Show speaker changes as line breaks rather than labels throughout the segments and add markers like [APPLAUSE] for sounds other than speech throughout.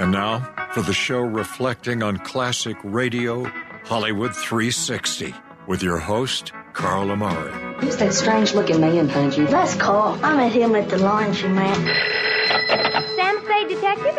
And now for the show reflecting on classic radio, Hollywood 360, with your host, Carl Amari.
Who's that strange looking man behind you?
That's Carl. I met him at the laundry, man.
Sam Spade Detective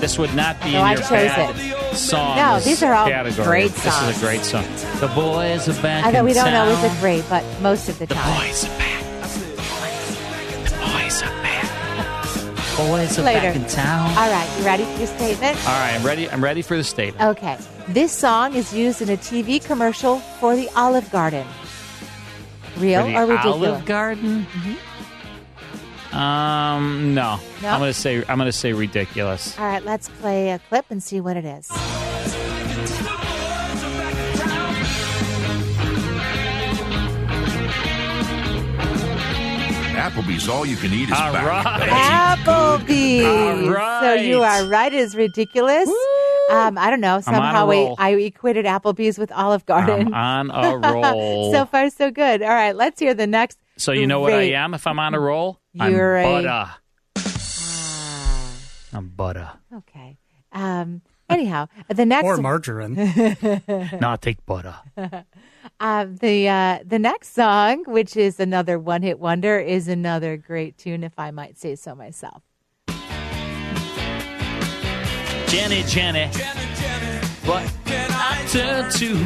This would not be
No,
in
I
your
chose
bad songs.
No, these are all
category.
great
This is
songs.
a great song. The boys are back.
Although we
in
don't
town.
always agree, but most of the
The
time.
boys are back. The boys are back. Boys are
Later.
back in town.
All right, you ready for your statement?
All right, I'm ready. I'm ready for the statement.
Okay. This song is used in a TV commercial for the Olive Garden. Uh, Real
For the
or ridiculous? Mm-hmm.
Olive Garden. Um, no.
No?
I'm gonna say I'm gonna say ridiculous.
All right, let's play a clip and see what it is.
Applebee's all you can eat is
All
back.
right.
Applebee's.
All
So
right.
you are right. It is ridiculous. Um, I don't know.
I'm on a
Somehow we,
roll.
I equated Applebee's with Olive Garden.
I'm
[LAUGHS]
on a roll.
so far, so good. All right, let's hear the next.
So you know what I
great-
am if I'm on a roll?
You're a- Ah.
I'm butter. I'm butter.
Okay. Um, anyhow, the next
Or
[LAUGHS]
margarine.
No, I take butter.
uh, the uh, the next song, which is another one hit wonder, is another great tune, if I might say so myself.
Jenny, Jenny. What can I turn to?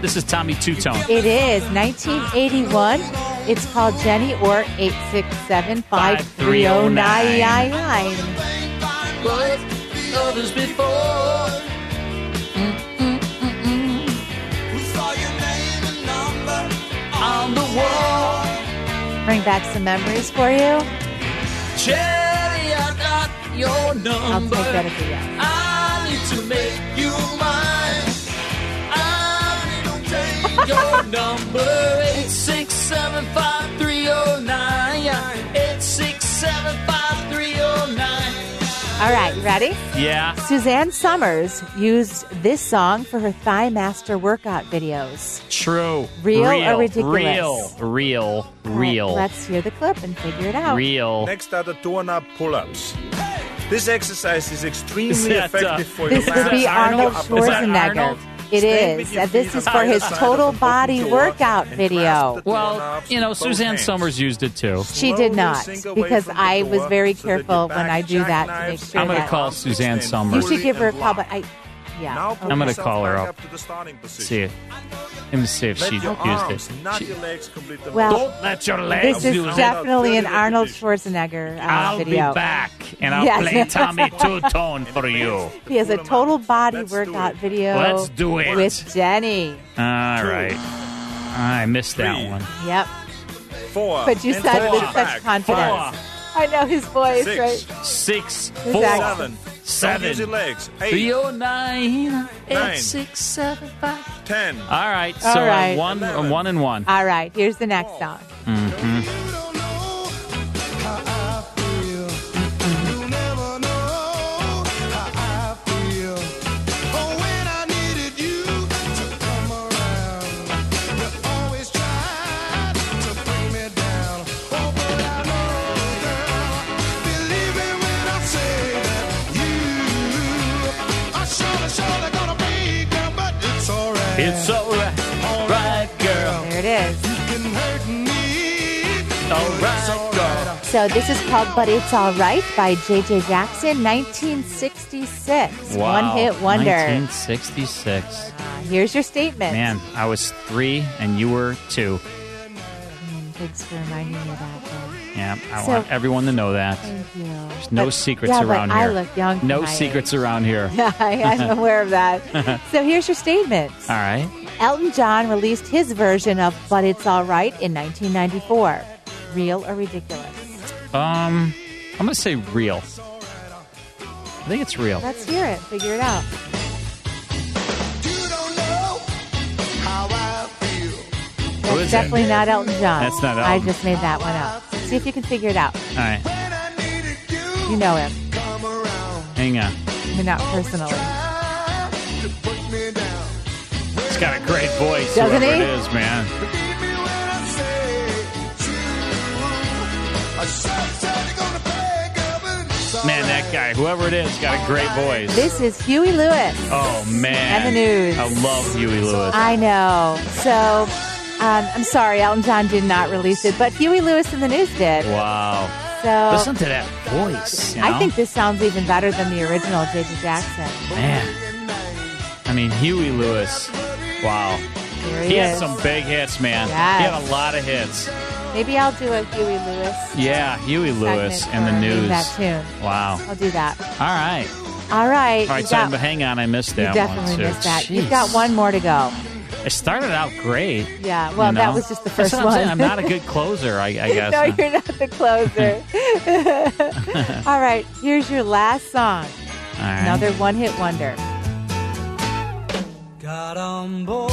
This is Tommy Two Tone.
It is 1981. It's called Jenny Or 867 5309.
Others before. On the wall.
Bring back some memories for you.
Jenny, I got your
I'll
number.
take that if you will.
I need to make you mine. I need to
[LAUGHS]
take your number. Eight six seven five three oh nine. Eight six seven five three oh nine.
All right, you ready?
Yeah.
Suzanne Summers used this song for her Thigh Master workout videos.
True.
Real or ridiculous?
Real. Real.
All right,
Real.
let's hear the clip and figure it out.
real.
Next are the doorknob pull-ups. This exercise is
Is
extremely
that, uh,
effective for
This
your
would be
Is that
Arnold
Arnold? Is that
Schwarzenegger.
Arnold?
It
Stand with
is.
your
Uh, This
feet
is for
on the
his
side of
total
the
body
door
workout
and
video.
grasp the
Well,
doorknobs
you know,
with both
Suzanne
hands.
Summers used it too.
She did
Slowly
not
sink away
because
from the
I was
door
very
so that your
careful when
back
I do that to make
jackknives
sure
I'm gonna
that
call Suzanne
Extend
Summers.
you
fully
should give her a
and
call.
lock.
But I, Yeah.
Now put
I'm gonna
yourself
call her
back
up.
to the starting position.
See it. Let me see if
Let
she
your arms,
used it.
not
She-
your legs, complete the
Well,
motion.
Don't let your legs
This
I'll
is
do
do it.
it.
definitely an
Thirty
Arnold
repetitions.
Schwarzenegger uh,
I'll
video.
be back and I'll
Yes.
play
[LAUGHS]
Tommy Two Tone for you.
He has a total body
Let's do
workout
it.
video.
Let's do it.
with Jenny.
All right. I missed that
Three.
one.
Yep.
Four.
But you
and
said it
four.
with
Back.
such confidence. I know his voice,
Six.
right?
Six,
Who's
four,
that?
Seven. Don't use your
seven,
legs. Eight.
three, oh nine, eight,
Nine.
six, seven, five.
Ten.
All right, so
All right.
uh, one, uh, one and one. Mm-hmm.
All right. Here's the next song.
Oh, Oh, It's alright, right, girl,
There it is.
alright, girl.
So this is called "But It's All Right" by J.J. Jackson, 1966. One hit wonder.
1966.
Here's your statement.
Man, I was three and you were two.
Mm, Thanks for reminding me of that. Deb.
Yeah, I
So-
want everyone to know that.
Thank you. There's
No secrets
yeah,
around
but
here.
I look young. for
No
my
secrets
age.
around here.
Yeah, [LAUGHS] [LAUGHS] I
[LAUGHS]
am aware of that. so here's your statement.
All right.
Elton John released his version of "But It's All Right" in 1994. Real or ridiculous?
Um, I'm gonna say real. I think it's real.
Let's hear it. Figure it out.
Who is
That's
it?
definitely not Elton John.
That's not
I
Elton.
just made that one up. See if you can figure it out.
All right,
You know him.
hang on.
I mean, not personally.
It's got a great voice.
Doesn't
whoever
he?
it is, man. Man, that guy, whoever it is, got a great voice.
This is Huey Lewis.
oh man.
And the news.
I love Huey Lewis.
I know. So, um, I'm sorry, Elton John did not release it, but Huey Lewis and the News did.
wow.
So,
Listen to that voice. you
I
know?
think this sounds even better than the original J.J. Jackson.
man. I mean, Huey Lewis. Wow.
Here he,
He had
is.
some big hits, man. He
Yes.
had a lot of hits.
Maybe I'll do a Huey Lewis.
Yeah, Huey Lewis
segment
and the
for
news.
That tune.
Wow.
I'll do that.
All right.
All right.
All right,
you
so
got-
but hang on, I missed
you
that
definitely
one too.
missed that. You've
Jeez.
got one more to go.
It started out great.
Yeah, well,
you know?
that was just the first
That's what
one.
I'm saying. I'm not a good closer, I, I
[LAUGHS]
guess.
no, you're not the
[LAUGHS]
closer. [LAUGHS] All right, here's your last song.
All right.
Another one hit wonder.
Got on board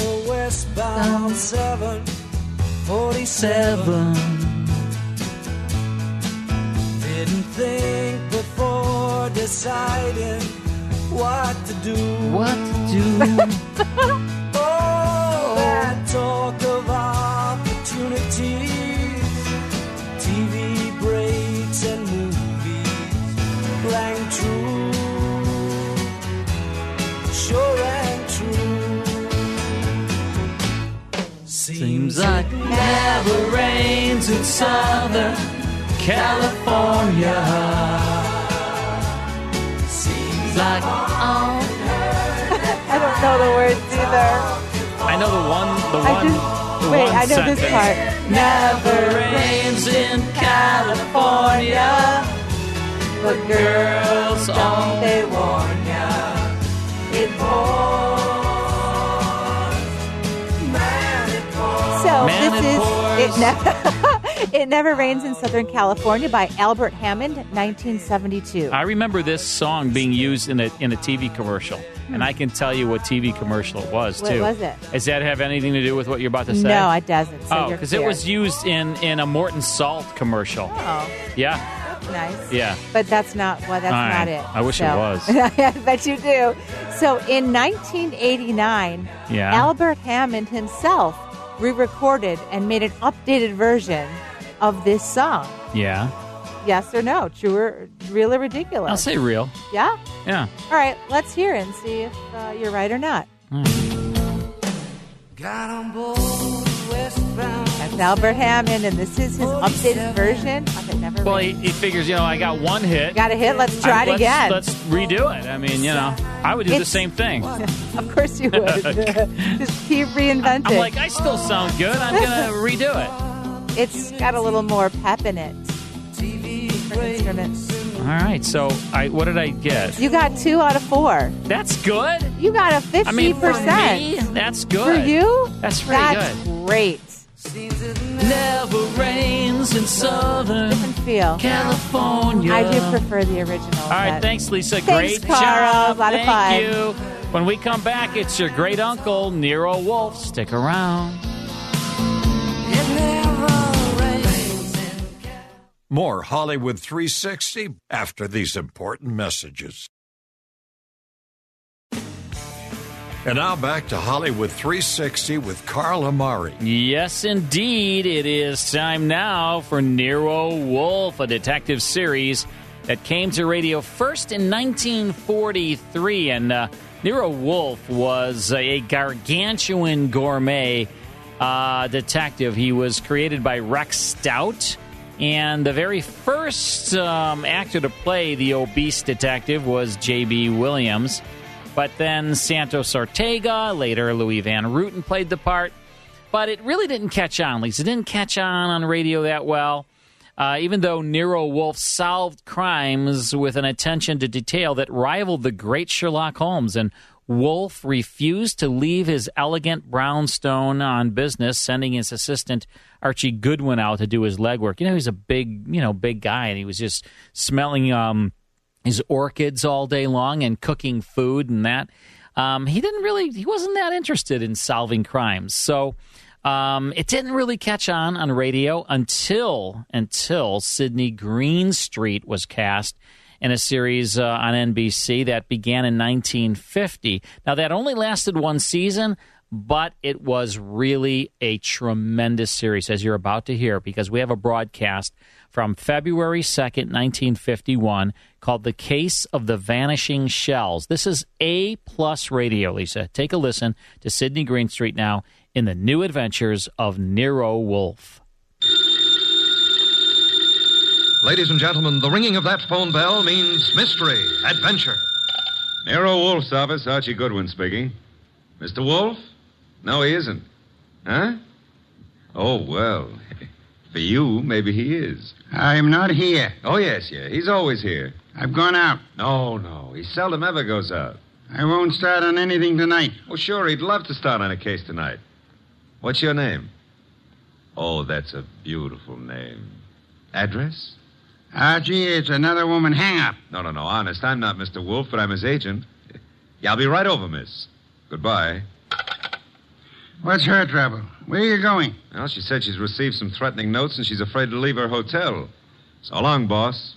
a westbound 747. Didn't think before deciding what to do.
What to do?
[LAUGHS] Oh, that talk of opportunities, TV breaks and movies, rang true, sure rang true. Seems like never rains in Southern California. Seems like
[LAUGHS] I don't know the words either.
I know the one. The
I
one.
just-
the
Wait,
one
I know
sentence.
this part.
never rains in California.
But girls, don't they warn ya? It pours. So
Man,
this
it
is
pours.
it, never [LAUGHS] it never rains in Southern California by Albert Hammond, 1972.
I remember this song being used in a in a TV commercial, and I can tell you what TV commercial it was
What
too.
was it?
Does that have anything to do with what you're about to say?
No, it doesn't. So
oh,
you're
because it
clear.
was used in in a Morton Salt commercial.
Oh,
Yeah.
nice.
Yeah.
But that's not well. That's
All right.
not it.
I wish it
[LAUGHS]
was.
I bet you do. So in 1989,
Yeah.
Albert Hammond himself re-recorded and made an updated version of this song.
Yeah.
Yes or no? True or real or ridiculous?
I'll say real.
yeah.
Yeah.
All right. Let's hear it and see if uh, you're right or not.
Got on board westbound
That's Albert Hammond, and this is his updated version of it never.
Well, he, he figures, you know, I got one hit.
Got a hit. Let's try
I-
it
let's-
again.
Let's redo it. I mean, you know, I would do the
It's-
same thing. I'm
[LAUGHS] of course you
[LAUGHS]
would. Just keep reinventing.
like, I still sound good.
[LAUGHS]
I'm gonna redo it.
It's got a little more pep in it. For instruments.
All right. So, I what did I get?
You got two out of four.
That's good.
You got a fifty
I mean, for
percent.
me, that's good.
For you,
That's pretty
That's great.
Never rains in Southern
Different feel.
California.
I do prefer the original.
All right. Thanks, Lisa.
Thanks,
Great
Carl.
job.
A lot of
Thank
fun.
you. When we come back, it's your great uncle Nero Wolf. Stick around.
More Hollywood 360 after these important messages. And now back to Hollywood 360 with Carl Amari.
Yes, indeed. It is time now for Nero Wolf, a detective series that came to radio first in 1943. And uh, Nero Wolf was a gargantuan gourmet uh, detective. He was created by Rex Stout. And the very first um, actor to play the obese detective was J.B. Williams. But then Santos Ortega, later Louis Van Ruten played the part but it really didn't catch on. At least it didn't catch on on radio that well. Uh, even though Nero Wolfe solved crimes with an attention to detail that rivaled the great Sherlock Holmes, and Wolfe refused to leave his elegant brownstone on business, sending his assistant Archie Goodwin out to do his legwork. You know, he's a big, you know, big guy, and he was just smelling um, his orchids all day long and cooking food and that. Um, he didn't really, he wasn't that interested in solving crimes. So um, it didn't really catch on on radio until, until Sidney Greenstreet was cast in a series uh, on NBC that began in 1950. Now, that only lasted one season, but it was really a tremendous series, as you're about to hear, because we have a broadcast from February 2nd, 1951, called The Case of the Vanishing Shells. This is A plus radio, Lisa. Take a listen to Sidney Greenstreet now in the new adventures of Nero Wolfe.
Ladies and gentlemen, the ringing of that phone bell means mystery, adventure.
Nero Wolf's office, Archie Goodwin speaking. Mr. Wolf? No, he isn't. Huh? Oh, well. [LAUGHS] For you, maybe he is.
I'm not here.
Oh, yes, yeah. He's always here.
I've gone out.
No, no. He seldom ever goes out.
I won't start on anything tonight.
Oh, sure, he'd love to start on a case tonight. What's your name? Oh, that's a beautiful name. Address?
Archie, Ah, it's another woman hang up.
No, no, no. Honest, I'm not Mr. Wolf, but I'm his agent. Yeah, I'll be right over, miss. Goodbye.
What's her trouble? Where are you going?
Well, she said she's received some threatening notes and she's afraid to leave her hotel. So long, boss.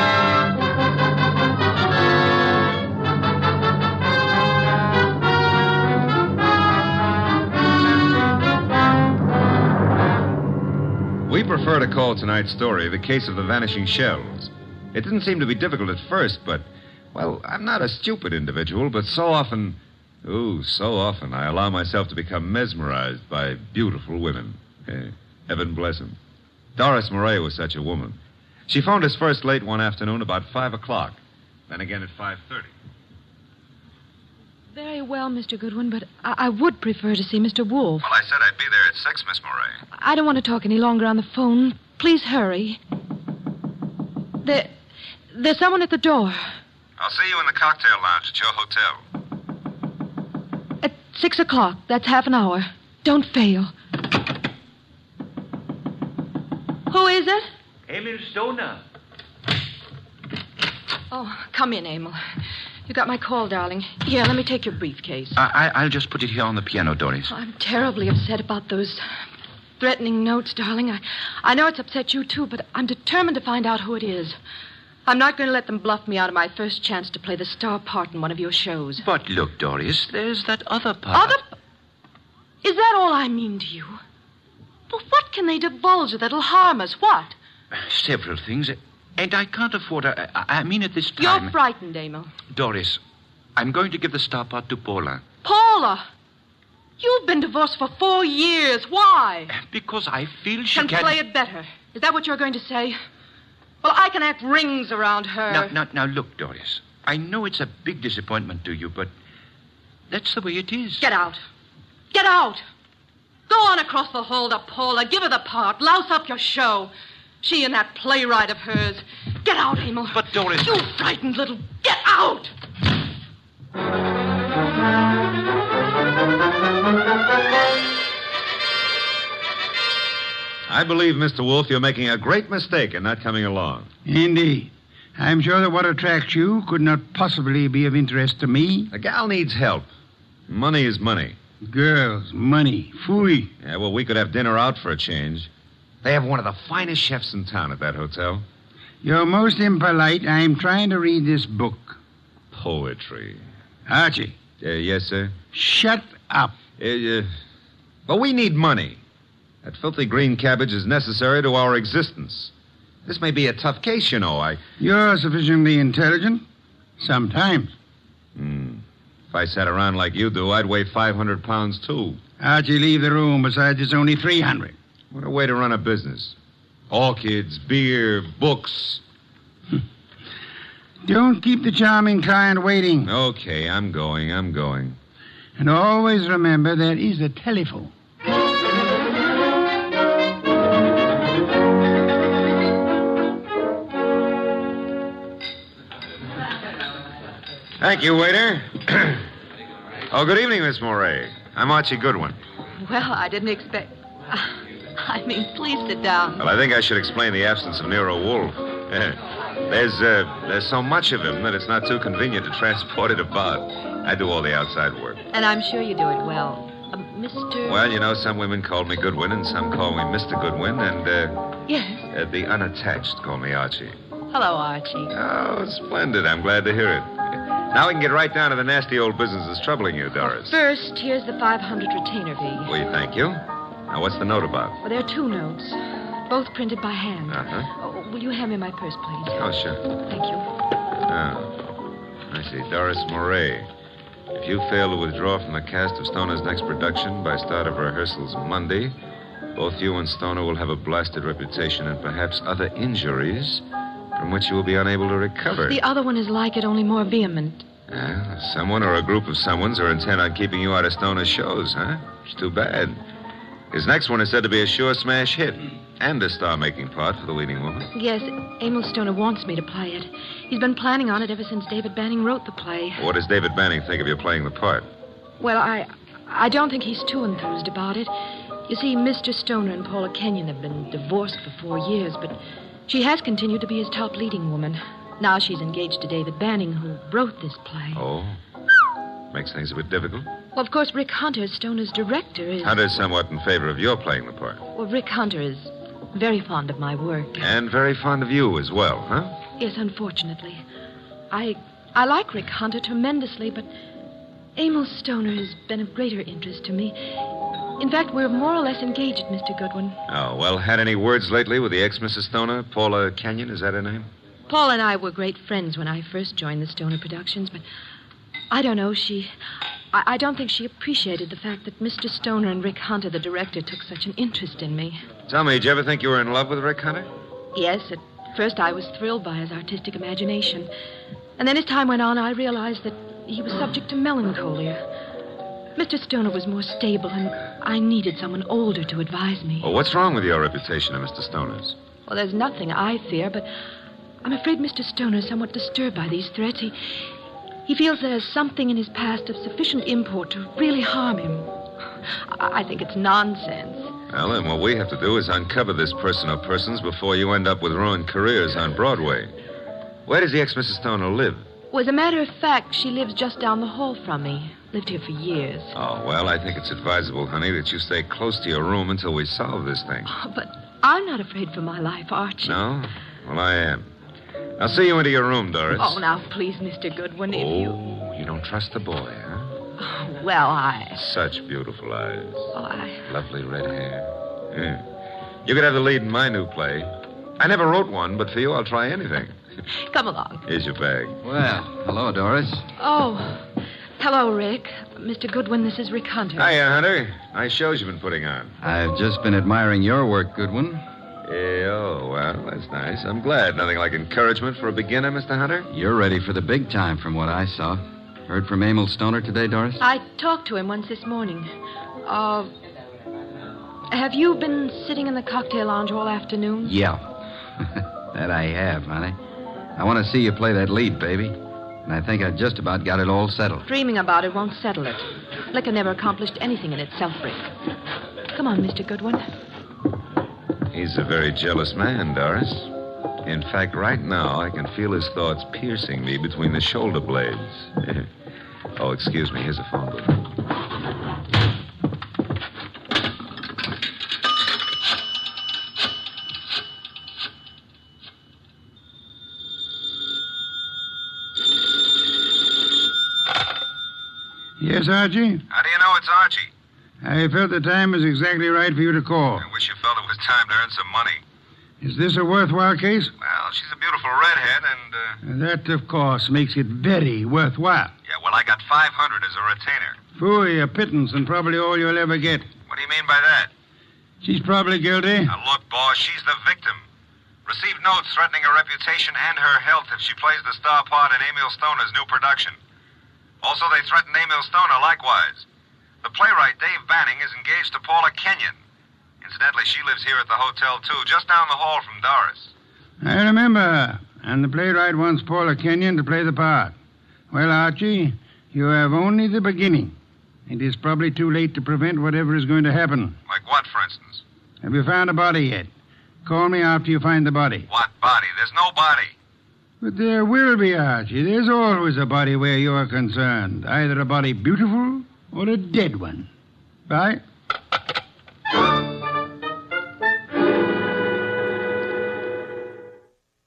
We prefer to call tonight's story The Case of the Vanishing Shells. It didn't seem to be difficult at first, but, well, I'm not a stupid individual, but so often, ooh, so often, I allow myself to become mesmerized by beautiful women. Eh, Heaven bless them. Doris Murray was such a woman. She phoned us first late one afternoon about 5 o'clock, then again at 5.30.
Very well, Mr. Goodwin, but I, I would prefer to see Mr. Wolf.
I said I'd be there at 6, Miss Murray.
I don't want to talk any longer on the phone. Please hurry. There, there's someone at the door.
I'll see you in the cocktail lounge at your hotel.
Six o'clock. That's half an hour. Don't fail. Who is it?
Emil Stoner.
Oh, come in, Emil. You got my call, darling. Here, let me take your briefcase.
I, I, I'll just put it here on the piano, Doris.
I'm terribly upset about those threatening notes, darling. I, I know it's upset you, too, but I'm determined to find out who it is. I'm not going to let them bluff me out of my first chance to play the star part in one of your shows.
But look, Doris, there's that other part.
Other. Is that all I mean to you? Well, what can they divulge that'll harm us? What?
Several things, and I can't afford. I, I I mean, at this time.
You're frightened, Emil.
Doris, I'm going to give the star part to Paula
Paula! You've been divorced for four years. Why?
Uh, because I feel she
Can play it better. Is that what you're going to say? Well, I can act rings around her.
Now, now, now, look, Doris. I know it's a big disappointment to you, but that's the way it is.
Get out. Get out. Go on across the hall to Paula. Give her the part. Louse up your show. She and that playwright of hers. Get out, Emil. But,
Doris.
You frightened little. Get out!
I believe, Mr. Wolf, you're making a great mistake in not coming along.
Indeed. I'm sure that what attracts you could not possibly be of interest to me.
A gal needs help. Money is money.
Girls, money. Fooey.
Yeah, well, we could have dinner out for a change. They have one of the finest chefs in town at that hotel.
You're most impolite. I'm trying to read this book.
Poetry.
Archie.
Uh, yes, sir?
Shut up.
Uh, uh, but we need money. That filthy green cabbage is necessary to our existence. This may be a tough case, you know. I,
You're sufficiently intelligent. Sometimes.
if I sat around like you do, I'd weigh 500 pounds, too.
Archie, leave the room. Besides, it's only 300.
What a way to run a business. Orchids, beer, books.
Don't keep the charming client waiting.
Okay, I'm going, I'm going.
And always remember there is a telephone.
Thank you, waiter. [CLEARS THROAT] oh, good evening, Miss Moray. I'm Archie Goodwin.
Well, I didn't expect. I mean, please sit down.
Well, I think I should explain the absence of Nero Wolf. [LAUGHS] there's uh, there's so much of him that it's not too convenient to transport it about. I do all the outside work.
And I'm sure you do it well. Uh, Mr.
Well, you know, some women call me Goodwin, and some call me Mr. Goodwin, and uh,
Yes.
uh, the unattached call me Archie.
Hello, Archie.
Oh, splendid. I'm glad to hear it. [LAUGHS] Now we can get right down to the nasty old business that's troubling you, Doris.
First, here's the 500 retainer fee.
We thank you. Now, what's the note about?
Well, there are two notes, both printed by hand.
Uh huh.
Oh, will you hand me my purse, please?
Oh, sure.
Thank you.
Oh. I see. Doris Moray. If you fail to withdraw from the cast of Stoner's next production by start of rehearsals Monday, both you and Stoner will have a blasted reputation and perhaps other injuries from which you will be unable to recover.
The other one is like it, only more vehement.
Yeah, someone or a group of someones are intent on keeping you out of Stoner's shows, huh? It's too bad. His next one is said to be a sure smash hit and a star making part for the leading woman.
Yes, Emil Stoner wants me to play it. He's been planning on it ever since David Banning wrote the play.
What does David Banning think of you playing the part?
Well, I, I don't think he's too enthused about it. You see, Mr. Stoner and Paula Kenyon have been divorced for four years, but she has continued to be his top leading woman. Now she's engaged to David Banning, who wrote this play.
Oh? Makes things a bit difficult.
Well, of course, Rick Hunter, Stoner's director, is.
Hunter's somewhat in favor of your playing the part.
Well, Rick Hunter is very fond of my work.
And very fond of you as well, huh?
Yes, unfortunately. I I like Rick Hunter tremendously, but Emil Stoner has been of greater interest to me. In fact, we're more or less engaged, Mr. Goodwin.
Oh, well, had any words lately with the ex Mrs. Stoner? Paula Kenyon, is that her name?
Paul and I were great friends when I first joined the Stoner Productions, but I don't know, she. I, I don't think she appreciated the fact that Mr. Stoner and Rick Hunter, the director, took such an interest in me.
Tell me, did you ever think you were in love with Rick Hunter?
Yes, at first I was thrilled by his artistic imagination. And then as time went on, I realized that he was subject to melancholia. Mr. Stoner was more stable, and I needed someone older to advise me.
Well, what's wrong with your reputation and Mr. Stoner's?
Well, there's nothing I fear, but I'm afraid Mr. Stoner is somewhat disturbed by these threats. He, he feels there's something in his past of sufficient import to really harm him. I, I think it's nonsense.
Well, then what we have to do is uncover this person or persons before you end up with ruined careers on Broadway. Where does the ex Mrs. Stoner live?
Well, as a matter of fact, she lives just down the hall from me. Lived here for years.
Oh, well, I think it's advisable, honey, that you stay close to your room until we solve this thing.
Oh, but I'm not afraid for my life, Archie.
No? Well, I am. I'll see you into your room, Doris.
Oh, now, please, Mr. Goodwin, if you.
Oh, you don't trust the boy, huh?
Oh, well, I.
Such beautiful eyes.
Oh, I.
Lovely red hair. Yeah. You could have the lead in my new play. I never wrote one, but for you, I'll try anything.
Come along.
Here's your bag.
Well, hello, Doris.
Oh, hello, Rick. Mr. Goodwin, this is Rick Hunter.
Hiya, Hunter. Nice shows you've been putting on.
I've just been admiring your work, Goodwin.
Eh, oh, well, that's nice. I'm glad. Nothing like encouragement for a beginner, Mr. Hunter.
You're ready for the big time, from what I saw. Heard from Emil Stoner today, Doris?
I talked to him once this morning. Uh, have you been sitting in the cocktail lounge all afternoon?
Yeah. [LAUGHS] that I have, honey. I want to see you play that lead, baby. And I think I just about got it all settled.
Dreaming about it won't settle it. Liquor never accomplished anything in itself, Rick. Come on, Mr. Goodwin.
He's a very jealous man, Doris. In fact, right now, I can feel his thoughts piercing me between the shoulder blades. [LAUGHS] oh, excuse me. Here's a phone book.
Yes, Archie?
How do you know it's Archie?
I felt the time was exactly right for you to call.
I wish you felt it was time to earn some money.
Is this a worthwhile case?
Well, she's a beautiful redhead, and, uh,
That, of course, makes it very worthwhile.
yeah, well, I got 500 as a retainer.
Fooey, a pittance, and probably all you'll ever get.
What do you mean by that?
She's probably guilty.
Now, look, boss, she's the victim. Received notes threatening her reputation and her health if she plays the star part in Emil Stoner's new production. Also, they threatened Emil Stoner likewise. The playwright Dave Banning is engaged to Paula Kenyon. Incidentally, she lives here at the hotel, too, just down the hall from Doris.
I remember her. And the playwright wants Paula Kenyon to play the part. Well, Archie, you have only the beginning. It is probably too late to prevent whatever is going to happen.
Like what, for instance?
Have you found a body yet? Call me after you find the body.
What body? There's no body.
But there will be, Archie. There's always a body where you are concerned. Either a body beautiful or a dead one. Bye.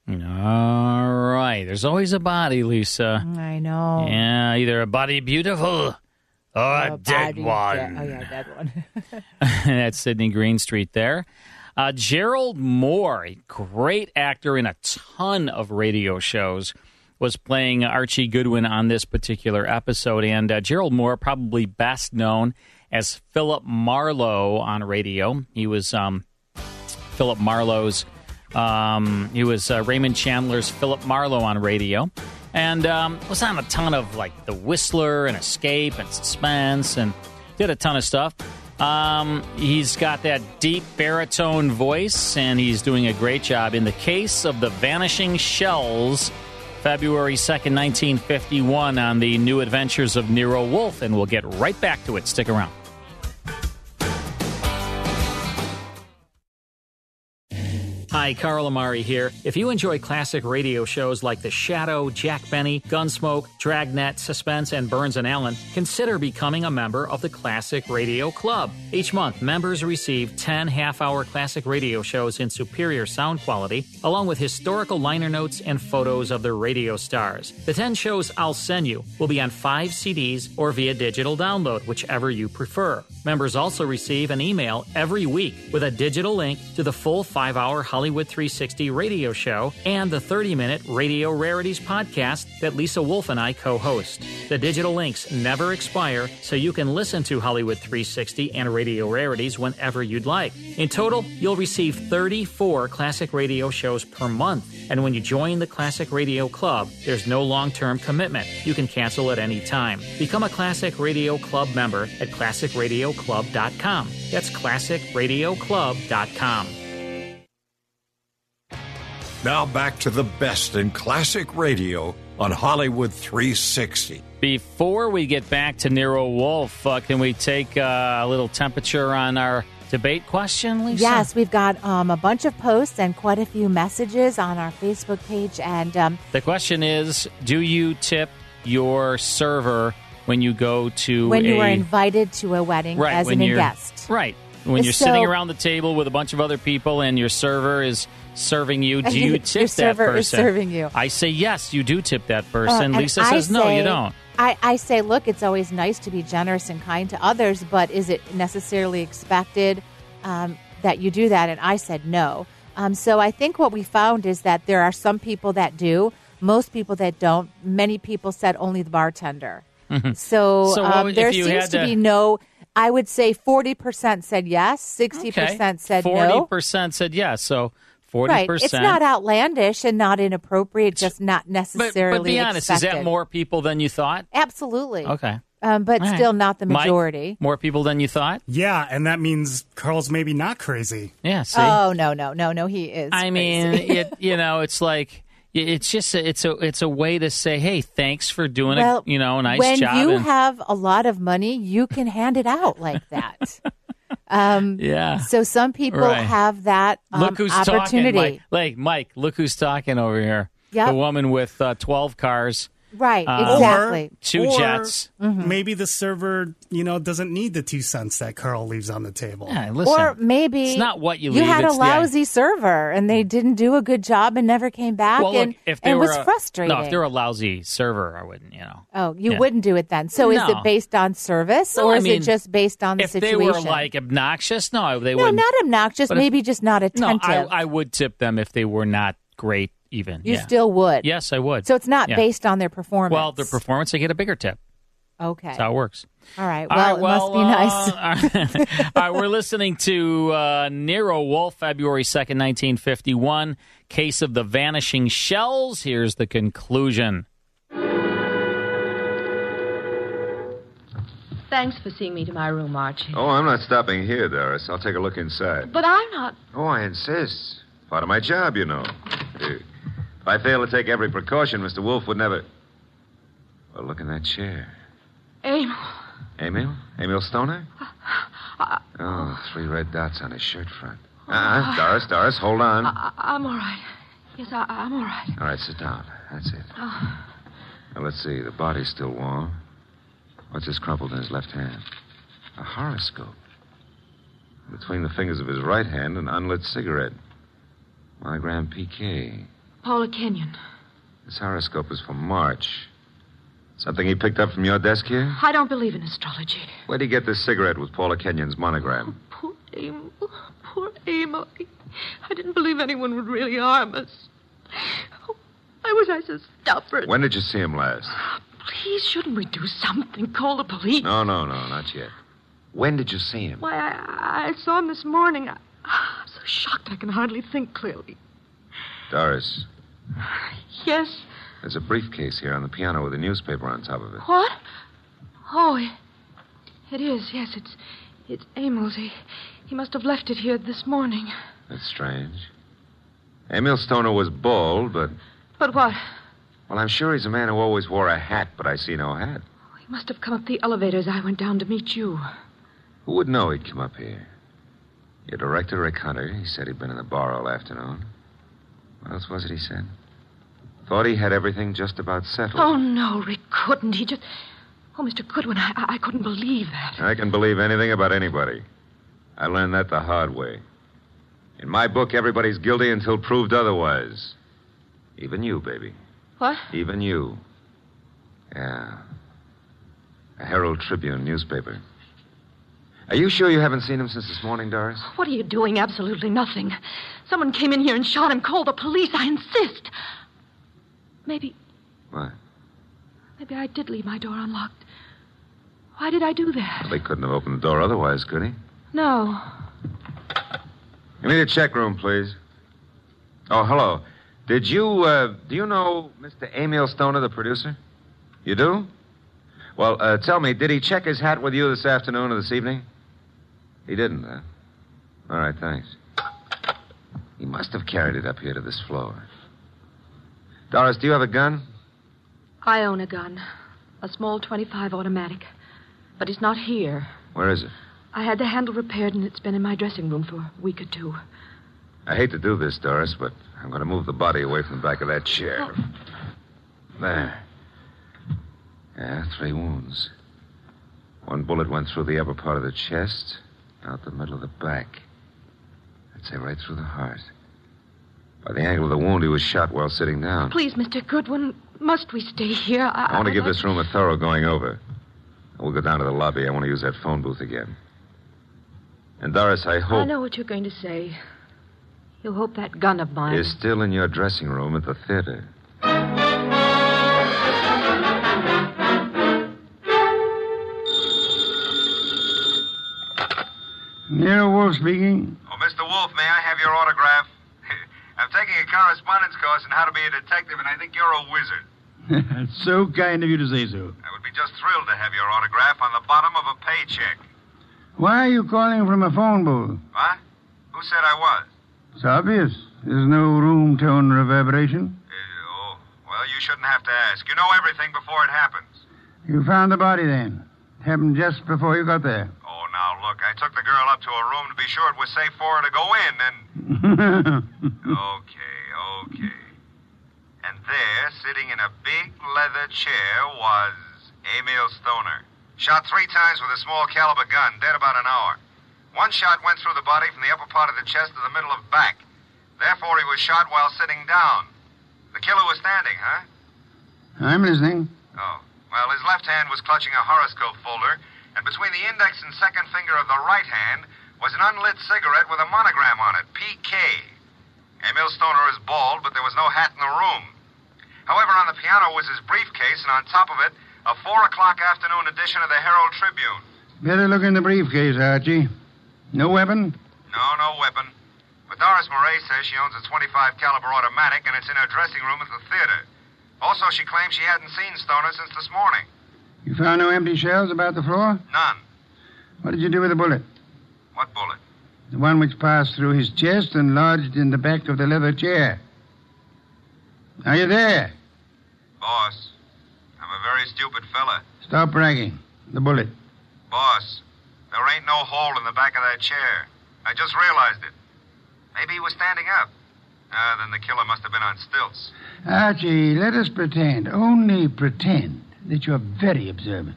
All right. There's always a body, Lisa.
I know.
Yeah, either a body beautiful or a, dead
Body
one.
de- oh, yeah, dead one.
[LAUGHS] That's Sidney Greenstreet there. Uh, Gerald Moore, a great actor in a ton of radio shows, was playing Archie Goodwin on this particular episode. And uh, Gerald Moore, probably best known as Philip Marlowe on radio. He was um, Philip Marlowe's. Um, he was uh, Raymond Chandler's Philip Marlowe on radio, and um, was on a ton of like The Whistler and Escape and Suspense, and did a ton of stuff. Um, he's got that deep baritone voice, and he's doing a great job in the case of the Vanishing Shells. February 2nd, 1951, on the new adventures of Nero Wolf, and we'll get right back to it. Stick around. Hi, Carl Amari here. If you enjoy classic radio shows like The Shadow, Jack Benny, Gunsmoke, Dragnet, Suspense, and Burns and Allen, consider becoming a member of the Classic Radio Club. Each month, members receive 10 half hour classic radio shows in superior sound quality, along with historical liner notes and photos of their radio stars. The 10 shows I'll send you will be on five CDs or via digital download, whichever you prefer. Members also receive an email every week with a digital link to the full five hour Hollywood 360 radio show and the 30 minute Radio Rarities podcast that Lisa Wolf and I co host. The digital links never expire, so you can listen to Hollywood 360 and Radio Rarities whenever you'd like. In total, you'll receive 34 classic radio shows per month. And when you join the Classic Radio Club, there's no long term commitment. You can cancel at any time. Become a Classic Radio Club member at classicradioclub.com. That's classicradioclub.com.
Now back to the best in classic radio on Hollywood 360.
Before we get back to Nero Wolf, uh, can we take uh, a little temperature on our debate question, Lisa?
Yes, we've got um, a bunch of posts and quite a few messages on our Facebook page. And um,
The question is Do you tip your server when you go to
when you
a-
are invited to a wedding
Right,
as
when
an
you're-
guest,
Right. When you're
So-
sitting around the table with a bunch of other people and your server is serving
[LAUGHS]
you, do you
Your
tip that
server is
person?
serving you.
I say yes, you do tip that
Uh,
person.
and
Lisa
I
says no, you
say-
don't.
I, I say, look, it's always nice to be generous and kind to others, but is it necessarily expected um, that you do that? And I said no. Um, so I think what we found is that there are some people that do, most people that don't. Many people said only the bartender.
Mm-hmm.
So,
So what
um,
would-
there
if you
seems
had
to,
to-
be no. I would say forty percent said yes, sixty percent said no.
40% said yes. So 40%.
Right, it's not outlandish and not inappropriate, just not necessarily.
but be honest, is that
expected.
more people than you thought?
Absolutely.
Okay.
Um, but
All right.
still not the
Mike?
majority.
More people than you thought?
Yeah, and that means Carl's maybe not crazy.
Yeah, see?
Oh no, no, no, no. He is.
I mean,
[LAUGHS]
it, you know, it's like y- it's just a, it's a it's a way to say, hey, thanks for doing
well,
a you know a nice
when
job.
you
and-
have a lot of money, you can hand it out like
[LAUGHS]
that. um,
Yeah.
So some people
Right.
have that um,
look who's
opportunity.
talking, Mike. Like Mike, look who's talking over here.
Yep.
the woman with uh, twelve cars.
Right,
Um,
exactly.
two
Or
jets.
Mm-hmm.
Maybe the server, you know, doesn't need the two cents that Carl leaves on the table.
Yeah,
or maybe
it's not what you
you
leave,
had a
it's the idea.
lousy server and they didn't do a good job and never came back
Well,
and,
look, if they
and
were
was
a,
frustrating.
No, if they're a lousy server, I wouldn't. You know.
oh, you
Yeah.
wouldn't do it then. So is
No.
it based on service
No,
or
I
is
mean,
it just based on the
if
situation?
they were like obnoxious, no, they
no,
wouldn't.
not obnoxious.
But if-
maybe just not
no,
attentive.
I, I would tip them if they were not great. Even
you
yeah.
still would.
Yes, I would.
So it's not
Yeah.
based on their performance.
Well, their performance, they get a bigger tip.
okay.
That's how it works.
All right.
All
Well,
right,
it must
uh,
be nice. [LAUGHS]
All right, we're listening to uh, Nero Wolf, February 2nd, 1951, Case of the Vanishing Shells. Here's the conclusion.
Thanks for seeing me to my room, Archie.
Oh, I'm not stopping here, Doris. I'll take a look inside.
But I'm not.
Oh, I insist. Part of my job, you know. Eh, If I fail to take every precaution, Mr. Wolf would never. Well, look in that chair.
Amos,
Emil? Emil Stoner? Oh, three red dots on his shirt front. Uh-uh. Doris, Doris, hold on.
I, I'm all right. Yes, I, I'm all right.
All right, sit down. That's it.
Oh,
Now, let's see. The body's still warm. What's this crumpled in his left hand? A horoscope. Between the fingers of his right hand, an unlit cigarette. Monogram PK.
Paula Kenyon.
This horoscope is for March. Something he picked up from your desk here?
I don't believe in astrology.
Where'd he get this cigarette with Paula Kenyon's monogram?
Poor Amos. Poor Amos. I didn't believe anyone would really harm us. Oh, Why was I so stubborn?
When did you see him last?
Please, shouldn't we do something? Call the police.
No, no, no, not yet. When did you see him?
Why, I, I saw him this morning. I, I'm so shocked I can hardly think clearly.
Doris,
Yes,
there's a briefcase here on the piano with a newspaper on top of it.
what? Oh, it, it is. Yes, it's it's Amos. He, he must have left it here this morning.
That's strange. Emil Stoner was bald, but.
But what?
Well, I'm sure he's a man who always wore a hat, but I see no hat.
He must have come up the elevator as I went down to meet you.
Who would know he'd come up here? Your director, Rick Hunter, he said he'd been in the bar all afternoon. What else was it he said? Thought he had everything just about settled.
Oh no, Rick couldn't. He just. Oh, Mr. Goodwin, I, I I couldn't believe that.
I can believe anything about anybody. I learned that the hard way. In my book, everybody's guilty until proved otherwise. Even you, baby.
What?
Even you. Yeah. A Herald Tribune newspaper. Are you sure you haven't seen him since this morning, Doris?
What are you doing? Absolutely nothing. Someone came in here and shot him. Call the police. I insist. Maybe
What?
maybe I did leave my door unlocked. Why did I do that?
Well, he couldn't have opened the door otherwise, could he?
No.
Give me the check room, please. Oh, hello. Did you, uh, do you know Mr. Emil Stoner, the producer? You do? Well, uh, tell me, did he check his hat with you this afternoon or this evening? He didn't, huh? All right, thanks. He must have carried it up here to this floor. Doris, do you have a gun?
I own a gun, a small 25 automatic. But it's not here.
Where is it?
I had the handle repaired, and it's been in my dressing room for a week or two.
I hate to do this, Doris, but I'm going to move the body away from the back of that chair. There. Yeah, three wounds. One bullet went through the upper part of the chest, out the middle of the back. I'd say right through the heart. By the angle of the wound, he was shot while sitting down.
Please, Mr. Goodwin, must we stay here? I,
I want to
I'd
give
like-
this room a thorough going over. We'll go down to the lobby. I want to use that phone booth again. And Doris, I
I
hope
know what you're going to say. You hope that gun of mine.
is still in your dressing room at the theater.
Nero Wolf speaking. [LAUGHS]
Oh, Mr. Wolf, may I have your autograph? I'm taking a correspondence course on how to be a detective, and I think you're a wizard.
so kind of you to say so.
I would be just thrilled to have your autograph on the bottom of a paycheck.
Why are you calling from a phone booth?
What? Who said I was?
It's obvious. There's no room tone reverberation.
Oh, Well, you shouldn't have to ask. You know everything before it happens.
You found the body then. It happened just before you got there. [LAUGHS]
Oh, now look, I took the girl up to a room to be sure it was safe for her to go in, and. okay, okay. And there, sitting in a big leather chair, was Emil Stoner. Shot three times with a small caliber gun, dead about an hour. One shot went through the body from the upper part of the chest to the middle of back. Therefore, he was shot while sitting down. The killer was standing, huh?
I'm listening.
Oh. Well, his left hand was clutching a horoscope folder, and between the index and second finger of the right hand was an unlit cigarette with a monogram on it PK. Emil Stoner is bald, but there was no hat in the room. However, on the piano was his briefcase, and on top of it, a 4 o'clock afternoon edition of the Herald Tribune.
Better look in the briefcase, Archie. No weapon?
No, no weapon. But Doris Murray says she owns a 25 caliber automatic, and it's in her dressing room at the theater. Also, she claims she hadn't seen Stoner since this morning.
You found no empty shells about the floor?
None.
What did you do with the bullet?
What bullet?
The one which passed through his chest and lodged in the back of the leather chair. Are you there?
Boss, I'm a very stupid fella.
Stop bragging. The bullet.
Boss, there ain't no hole in the back of that chair. I just realized it. Maybe he was standing up. Ah, then the killer must have been on stilts.
Archie, let us pretend, only pretend, that you're very observant.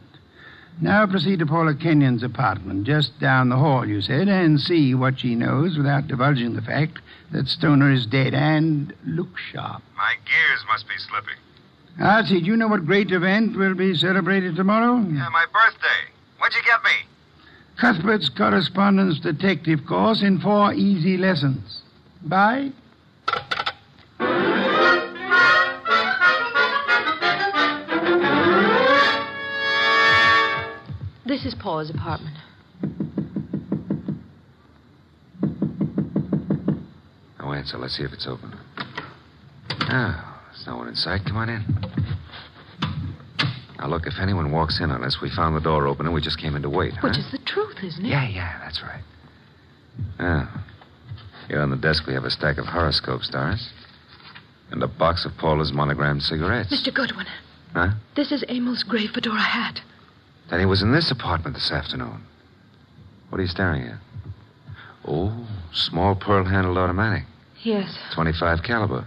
Now proceed to Paula Kenyon's apartment, just down the hall, you said, and see what she knows without divulging the fact that Stoner is dead. And look sharp.
My gears must be slipping.
Archie, do you know what great event will be celebrated tomorrow?
Yeah, my birthday. What'd you get me?
Cuthbert's correspondence detective course in four easy lessons. Bye.
This is Paula's apartment.
No answer. Let's see if it's open. Oh, there's no one inside. Come on in. Now, look, if anyone walks in on us, we found the door open and we just came in to wait, huh?
Which is the truth, isn't it?
Yeah, yeah, that's right. Oh. Here on the desk, we have a stack of horoscopes, Doris. And a box of Paula's monogrammed cigarettes.
Mr. Goodwin,
Huh?
this is Emil's gray fedora hat.
Then he was in this apartment this afternoon. What are you staring at? Oh, small pearl handled automatic,
Yes.
25 caliber.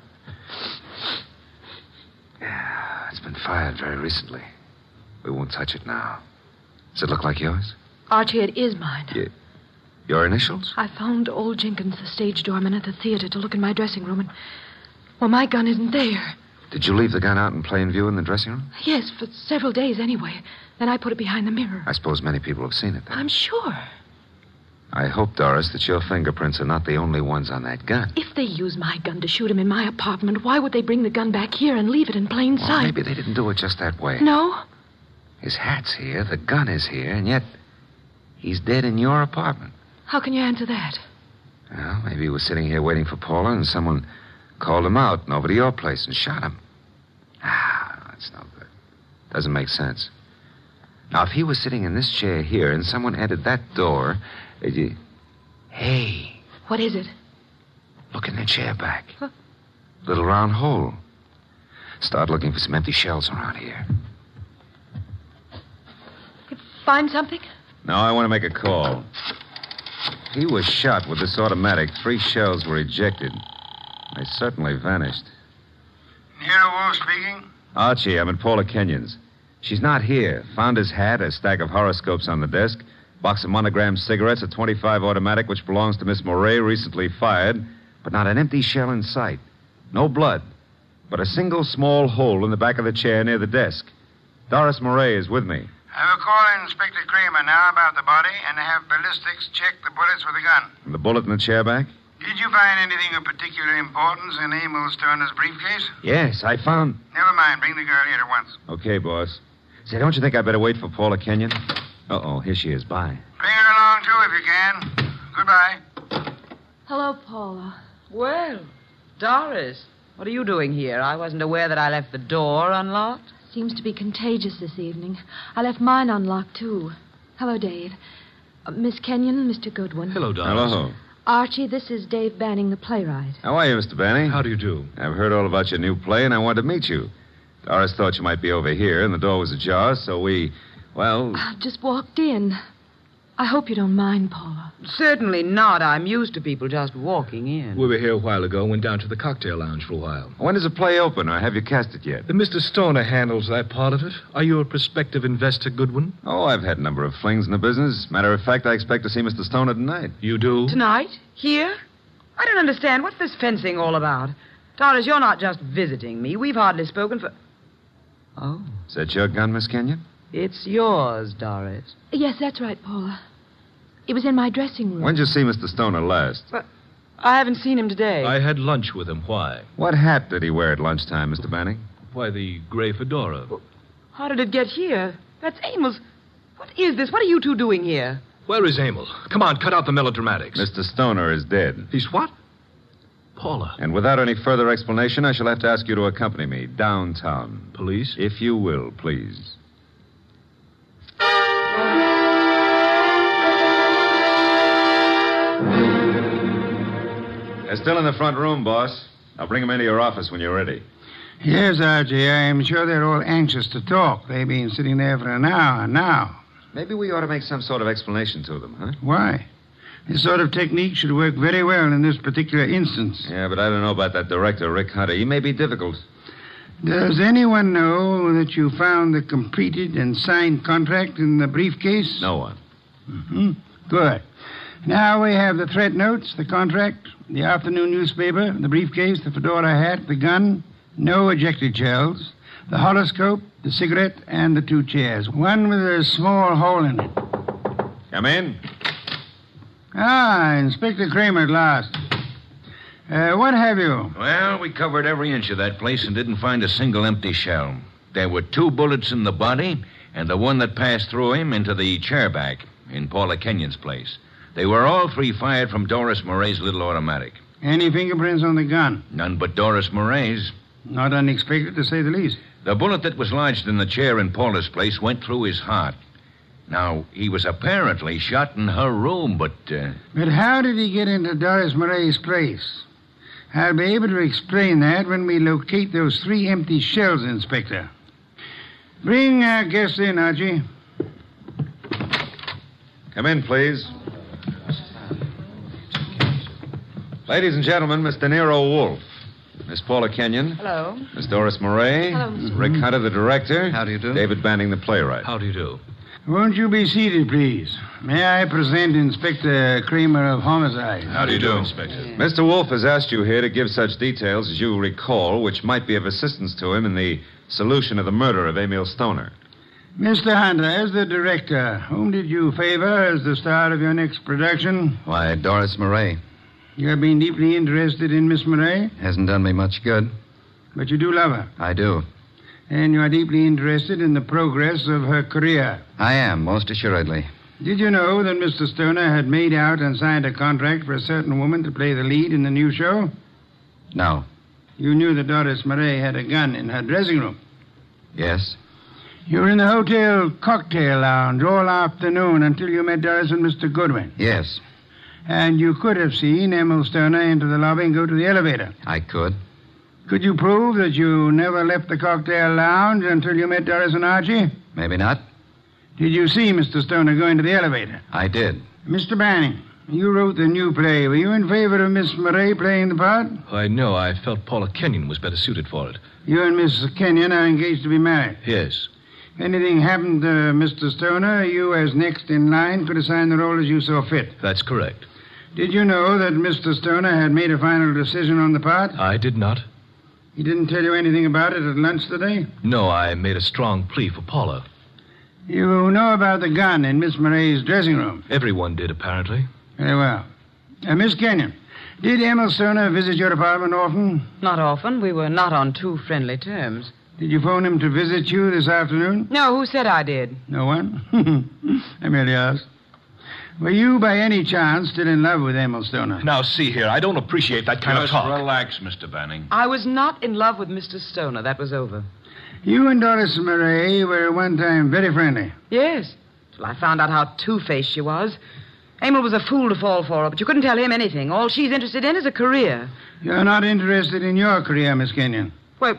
Yeah, it's been fired very recently. We won't touch it now. Does it look like yours?
Archie, it is mine.
Your initials?
I found old Jenkins, the stage doorman at the theater, to look in my dressing room, and. Well, my gun isn't there.
Did you leave the gun out in plain view in the dressing room?
Yes, for several days anyway. Then I put it behind the mirror.
I suppose many people have seen it.
I'm sure.
I hope, Doris, that your fingerprints are not the only ones on that gun.
If they use my gun to shoot him in my apartment, why would they bring the gun back here and leave it in plain
Well,
sight?
maybe they didn't do it just that way.
No?
His hat's here, the gun is here, and yet he's dead in your apartment.
How can you answer that?
Well, maybe he was sitting here waiting for Paula, and someone called him out and over to your place and shot him. Ah, that's no good. Doesn't make sense. Now, if he was sitting in this chair here and someone entered that door, uh, you- hey,
What is it?
look in the chair back. Little round hole. Start looking for some empty shells around here.
Find something?
Now I want to make a call. He was shot with this automatic. Three shells were ejected. They certainly vanished.
Nero Wolf speaking.
Archie, I'm at Paula Kenyon's. She's not here. Found his hat, a stack of horoscopes on the desk, box of monogrammed cigarettes, a 25 automatic which belongs to Miss Moray, recently fired, but not an empty shell in sight. No blood, but a single small hole in the back of the chair near the desk. Doris Moray is with me.
I will call Inspector Kramer now about the body and have ballistics check the bullets with a gun.
The bullet in the chair back?
Did you find anything of particular importance in Emil Stoner's briefcase?
Yes, I found.
Never mind. Bring the girl here at once.
Okay, boss. Say, don't you think I better wait for Paula Kenyon? Uh oh, here she is. Bye.
Bring her along, too, if you can. Goodbye.
Hello, Paula. Well, Doris, what are you doing here? I wasn't aware that I left the door unlocked.
Seems to be contagious this evening. I left mine unlocked, too. Hello, Dave. Uh, Miss Kenyon, Mr. Goodwin.
Hello, Doris. Hello.
Archie, this is Dave Banning, the playwright.
How are you, Mr. Benny?
How do you do?
I've heard all about your new play, and I wanted to meet you. Doris thought you might be over here, and the door was ajar, so we, well,
I just walked in. I hope you don't mind, Paula.
Certainly not. I'm used to people just walking in.
We were here a while ago, went down to the cocktail lounge for a while.
when does the play open, or have you cast it yet?
Mr. Stoner handles that part of it. Are you a prospective investor, Goodwin?
Oh, I've had a number of flings in the business. Matter of fact, I expect to see Mr. Stoner tonight.
You do?
Tonight? Here? I don't understand. What's this fencing all about? Doris, you're not just visiting me. We've hardly spoken for. Oh.
Is that your gun, Miss Kenyon?
It's yours, Doris.
Yes, that's right, Paula. Oh, uh, It was in my dressing room.
When'd you see Mr. Stoner last?
I haven't seen him today.
I had lunch with him. Why?
What hat did he wear at lunchtime, Mr. Banning?
Why, the gray fedora.
How did it get here? That's Amos. What is this? What are you two doing here?
Where is Emil? Come on, cut out the melodramatics.
Mr. Stoner is dead.
He's what? Paula.
And without any further explanation, I shall have to ask you to accompany me downtown.
Police?
If you will, please. They're still in the front room, boss. I'll bring them into your office when you're ready.
Yes, Archie, I am sure they're all anxious to talk. They've been sitting there for an hour now.
Maybe we ought to make some sort of explanation to them, huh?
Why? This sort of technique should work very well in this particular instance.
Yeah, but I don't know about that director, Rick Hunter. He may be difficult.
Does anyone know that you found the completed and signed contract in the briefcase?
No one.
hmm Good. Now we have the threat notes, the contract, the afternoon newspaper, the briefcase, the fedora hat, the gun, no ejected shells, the horoscope, the cigarette, and the two chairs. One with a small hole in it.
Come in.
Ah, Inspector Kramer at last. Uh, what have you?
Well, we covered every inch of that place and didn't find a single empty shell. There were two bullets in the body and the one that passed through him into the chair back in Paula Kenyon's place. They were all three fired from Doris Moray's little automatic.
Any fingerprints on the gun?
None but Doris Moray's.
Not unexpected, to say the least.
The bullet that was lodged in the chair in Paula's place went through his heart. Now, he was apparently shot in her room, but. Uh,
But how did he get into Doris Murray's place? I'll be able to explain that when we locate those three empty shells, Inspector. Bring our guest in, Archie.
Come in, please. Ladies and gentlemen, Mr. Nero Wolf, Miss Paula Kenyon,
Hello.
Miss Doris Murray,
Hello, Mr.
Mm-hmm. Rick Hunter, the director.
How do you do?
David Banning, the playwright.
How do you do?
Won't you be seated, please? May I present Inspector Kramer of Homicide?
How do you do, Inspector? Mr. Wolf has asked you here to give such details as you recall, which might be of assistance to him in the solution of the murder of Emil Stoner.
Mr. Hunter, as the director, whom did you favor as the star of your next production?
Why, Doris Murray
You have been deeply interested in Miss Murray,
hasn't done me much good.
but you do love her,
I do.
and you are deeply interested in the progress of her career.
I am, most assuredly.
Did you know that Mr. Stoner had made out and signed a contract for a certain woman to play the lead in the new show?
No.
You knew that Doris Murray had a gun in her dressing room.
Yes.
You were in the hotel cocktail lounge all afternoon until you met Doris and Mr. Goodwin.
Yes.
And you could have seen Emil Stoner enter the lobby and go to the elevator.
I could.
Could you prove that you never left the cocktail lounge until you met Doris and Archie?
Maybe not.
Did you see Mr. Stoner go into the elevator?
I did.
Mr. Banning, you wrote the new play. Were you in favor of Miss Murray playing the part?
I know I felt Paula Kenyon was better suited for it.
You and Mrs. Kenyon are engaged to be married.
Yes.
Anything happened to Mr. Stoner, you, as next in line, could assign the role as you saw fit.
That's correct.
Did you know that Mr. Stoner had made a final decision on the part?
I did not.
He didn't tell you anything about it at lunch today?
No, I made a strong plea for Paula.
You know about the gun in Miss Murray's dressing room.
Everyone did, apparently.
Very well. Uh, Miss Kenyon, did Emma Stoner visit your apartment often?
Not often. We were not on too friendly terms.
Did you phone him to visit you this afternoon?
No, who said I did?
No one? [LAUGHS] I merely asked. Were you, by any chance, still in love with Emil Stoner?
Now, see here, I don't appreciate that kind of
Just
talk.
relax, Mr. Banning.
I was not in love with Mr. Stoner. That was over.
You and Doris Murray were at one time very friendly.
Yes, till I found out how two faced she was. Emil was a fool to fall for her, but you couldn't tell him anything. All she's interested in is a career.
You're not interested in your career, Miss Kenyon.
Well,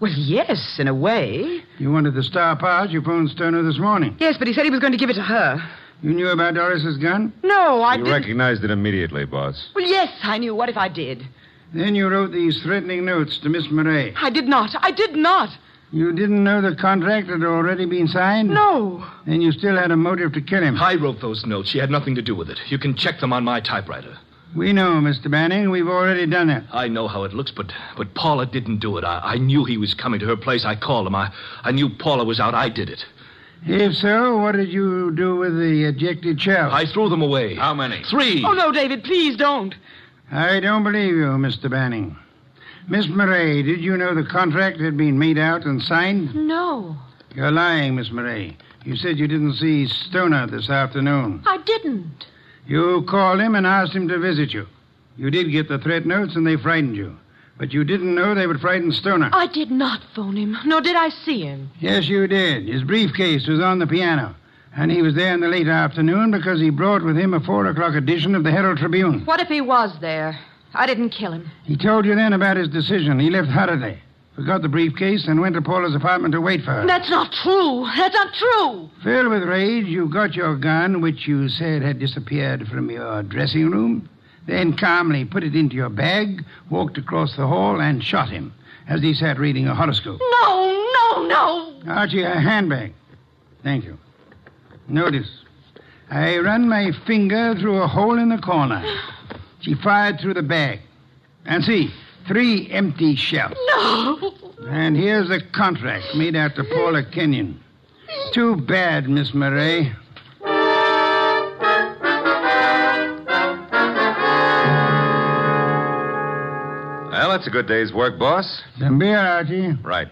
well, yes, in a way.
You wanted the star part. You phoned Stoner this morning.
Yes, but he said he was going to give it to her.
You knew about Doris's gun?
No, I didn't.
recognized it immediately, boss.
Well, yes, I knew. What if I did?
Then you wrote these threatening notes to Miss Murray.
I did not. I did not.
You didn't know the contract had already been signed?
No.
Then you still had a motive to kill him.
I wrote those notes. She had nothing to do with it. You can check them on my typewriter.
We know, Mr. Banning. We've already done it.
I know how it looks, but but Paula didn't do it. I, I knew he was coming to her place. I called him. I, I knew Paula was out. I did it.
If so, what did you do with the ejected shells?
I threw them away.
How many?
Three.
Oh, no, David, please don't.
I don't believe you, Mr. Banning. Miss Murray, did you know the contract had been made out and signed?
No,
You're lying, Miss Murray. You said you didn't see Stoner this afternoon.
I didn't.
You called him and asked him to visit you. You did get the threat notes and they frightened you. But you didn't know they would frighten Stoner.
I did not phone him, nor did I see him.
Yes, you did. His briefcase was on the piano. And he was there in the late afternoon because he brought with him a four o'clock edition of the Herald Tribune.
What if he was there? I didn't kill him.
He told you then about his decision. He left hurriedly, forgot the briefcase, and went to Paula's apartment to wait for her.
That's not true. That's not true.
Filled with rage, you got your gun, which you said had disappeared from your dressing room, then calmly put it into your bag, walked across the hall, and shot him as he sat reading a horoscope.
No, no, no.
Archie, a handbag. Thank you. Notice, I run my finger through a hole in the corner. She fired through the bag. And see, three empty shells.
No.
And here's the contract made out to Paula Kenyon. Too bad, Miss Murray.
Well, that's a good day's work, boss.
Some beer, Archie.
Right.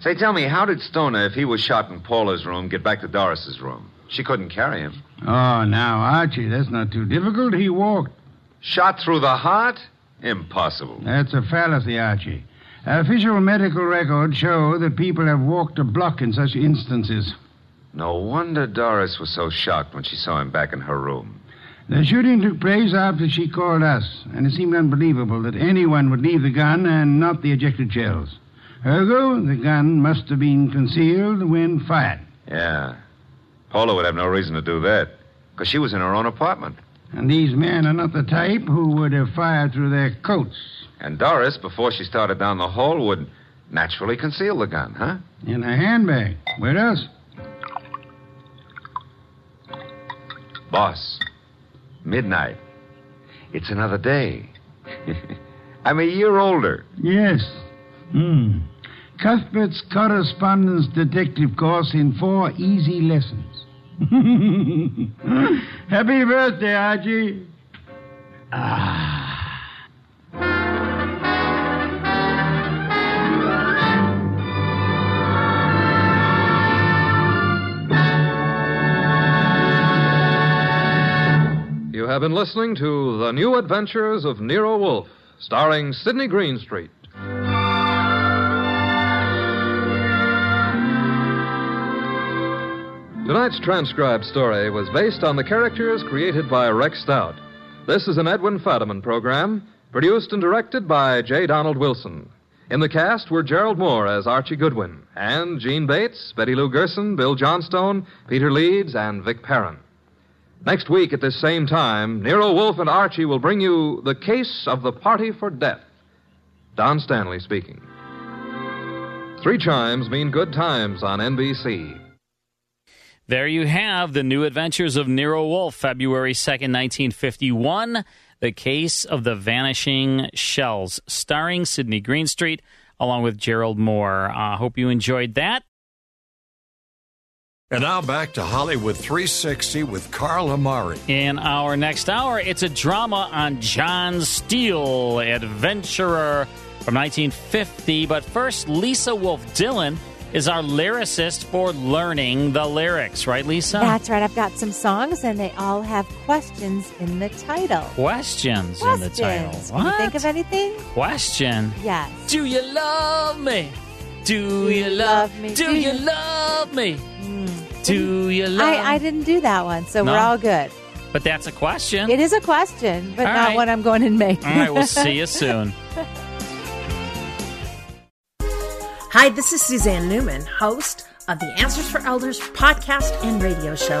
Say, tell me, how did Stoner, if he was shot in Paula's room, get back to Doris's room? She couldn't carry him.
Oh, now, Archie, that's not too difficult. He walked.
Shot through the heart? Impossible.
That's a fallacy, Archie. Official medical records show that people have walked a block in such instances.
No wonder Doris was so shocked when she saw him back in her room.
The shooting took place after she called us, and it seemed unbelievable that anyone would leave the gun and not the ejected shells. Ergo, the gun must have been concealed when fired.
Yeah. Paula would have no reason to do that, because she was in her own apartment.
And these men are not the type who would have fired through their coats.
And Doris, before she started down the hall, would naturally conceal the gun, huh?
In a handbag. Where else?
Boss, midnight. It's another day. [LAUGHS] I'm a year older.
Yes. Hmm. Cuthbert's correspondence detective course in four easy lessons. [LAUGHS] Happy birthday, Archie.
You have been listening to The New Adventures of Nero Wolfe, starring Sidney Greenstreet. Tonight's transcribed story was based on the characters created by Rex Stout. This is an Edwin Fadiman program, produced and directed by J. Donald Wilson. In the cast were Gerald Moore as Archie Goodwin, and Gene Bates, Betty Lou Gerson, Bill Johnstone, Peter Leeds, and Vic Perrin. Next week at this same time, Nero Wolfe and Archie will bring you The Case of the Party for Death. Don Stanley speaking. Three chimes mean good times on NBC.
There you have The New Adventures of Nero Wolfe, February 2nd, 1951. The Case of the Vanishing Shells, starring Sidney Greenstreet along with Gerald Moore. I uh, hope you enjoyed that.
And now back to Hollywood 360 with Carl Amari.
In our next hour, it's a drama on John Steele, adventurer from 1950. But first, Lisa Wolf Dillon is our lyricist for learning the lyrics, right, Lisa?
That's right. I've got some songs, and they all have questions in the title.
Questions, in the title.
Questions. Can you
What?
think of anything?
Question.
Yes.
Do you love me? Do you love me? Do you Hmm. love me? Do you love
I, I didn't do that one, so we're
No.
all good.
But that's a question.
It is a question, but
All
not
right.
one I'm going to make.
All right, [LAUGHS] we'll see you soon.
Hi, this is Suzanne Newman, host of the Answers for Elders podcast and radio show.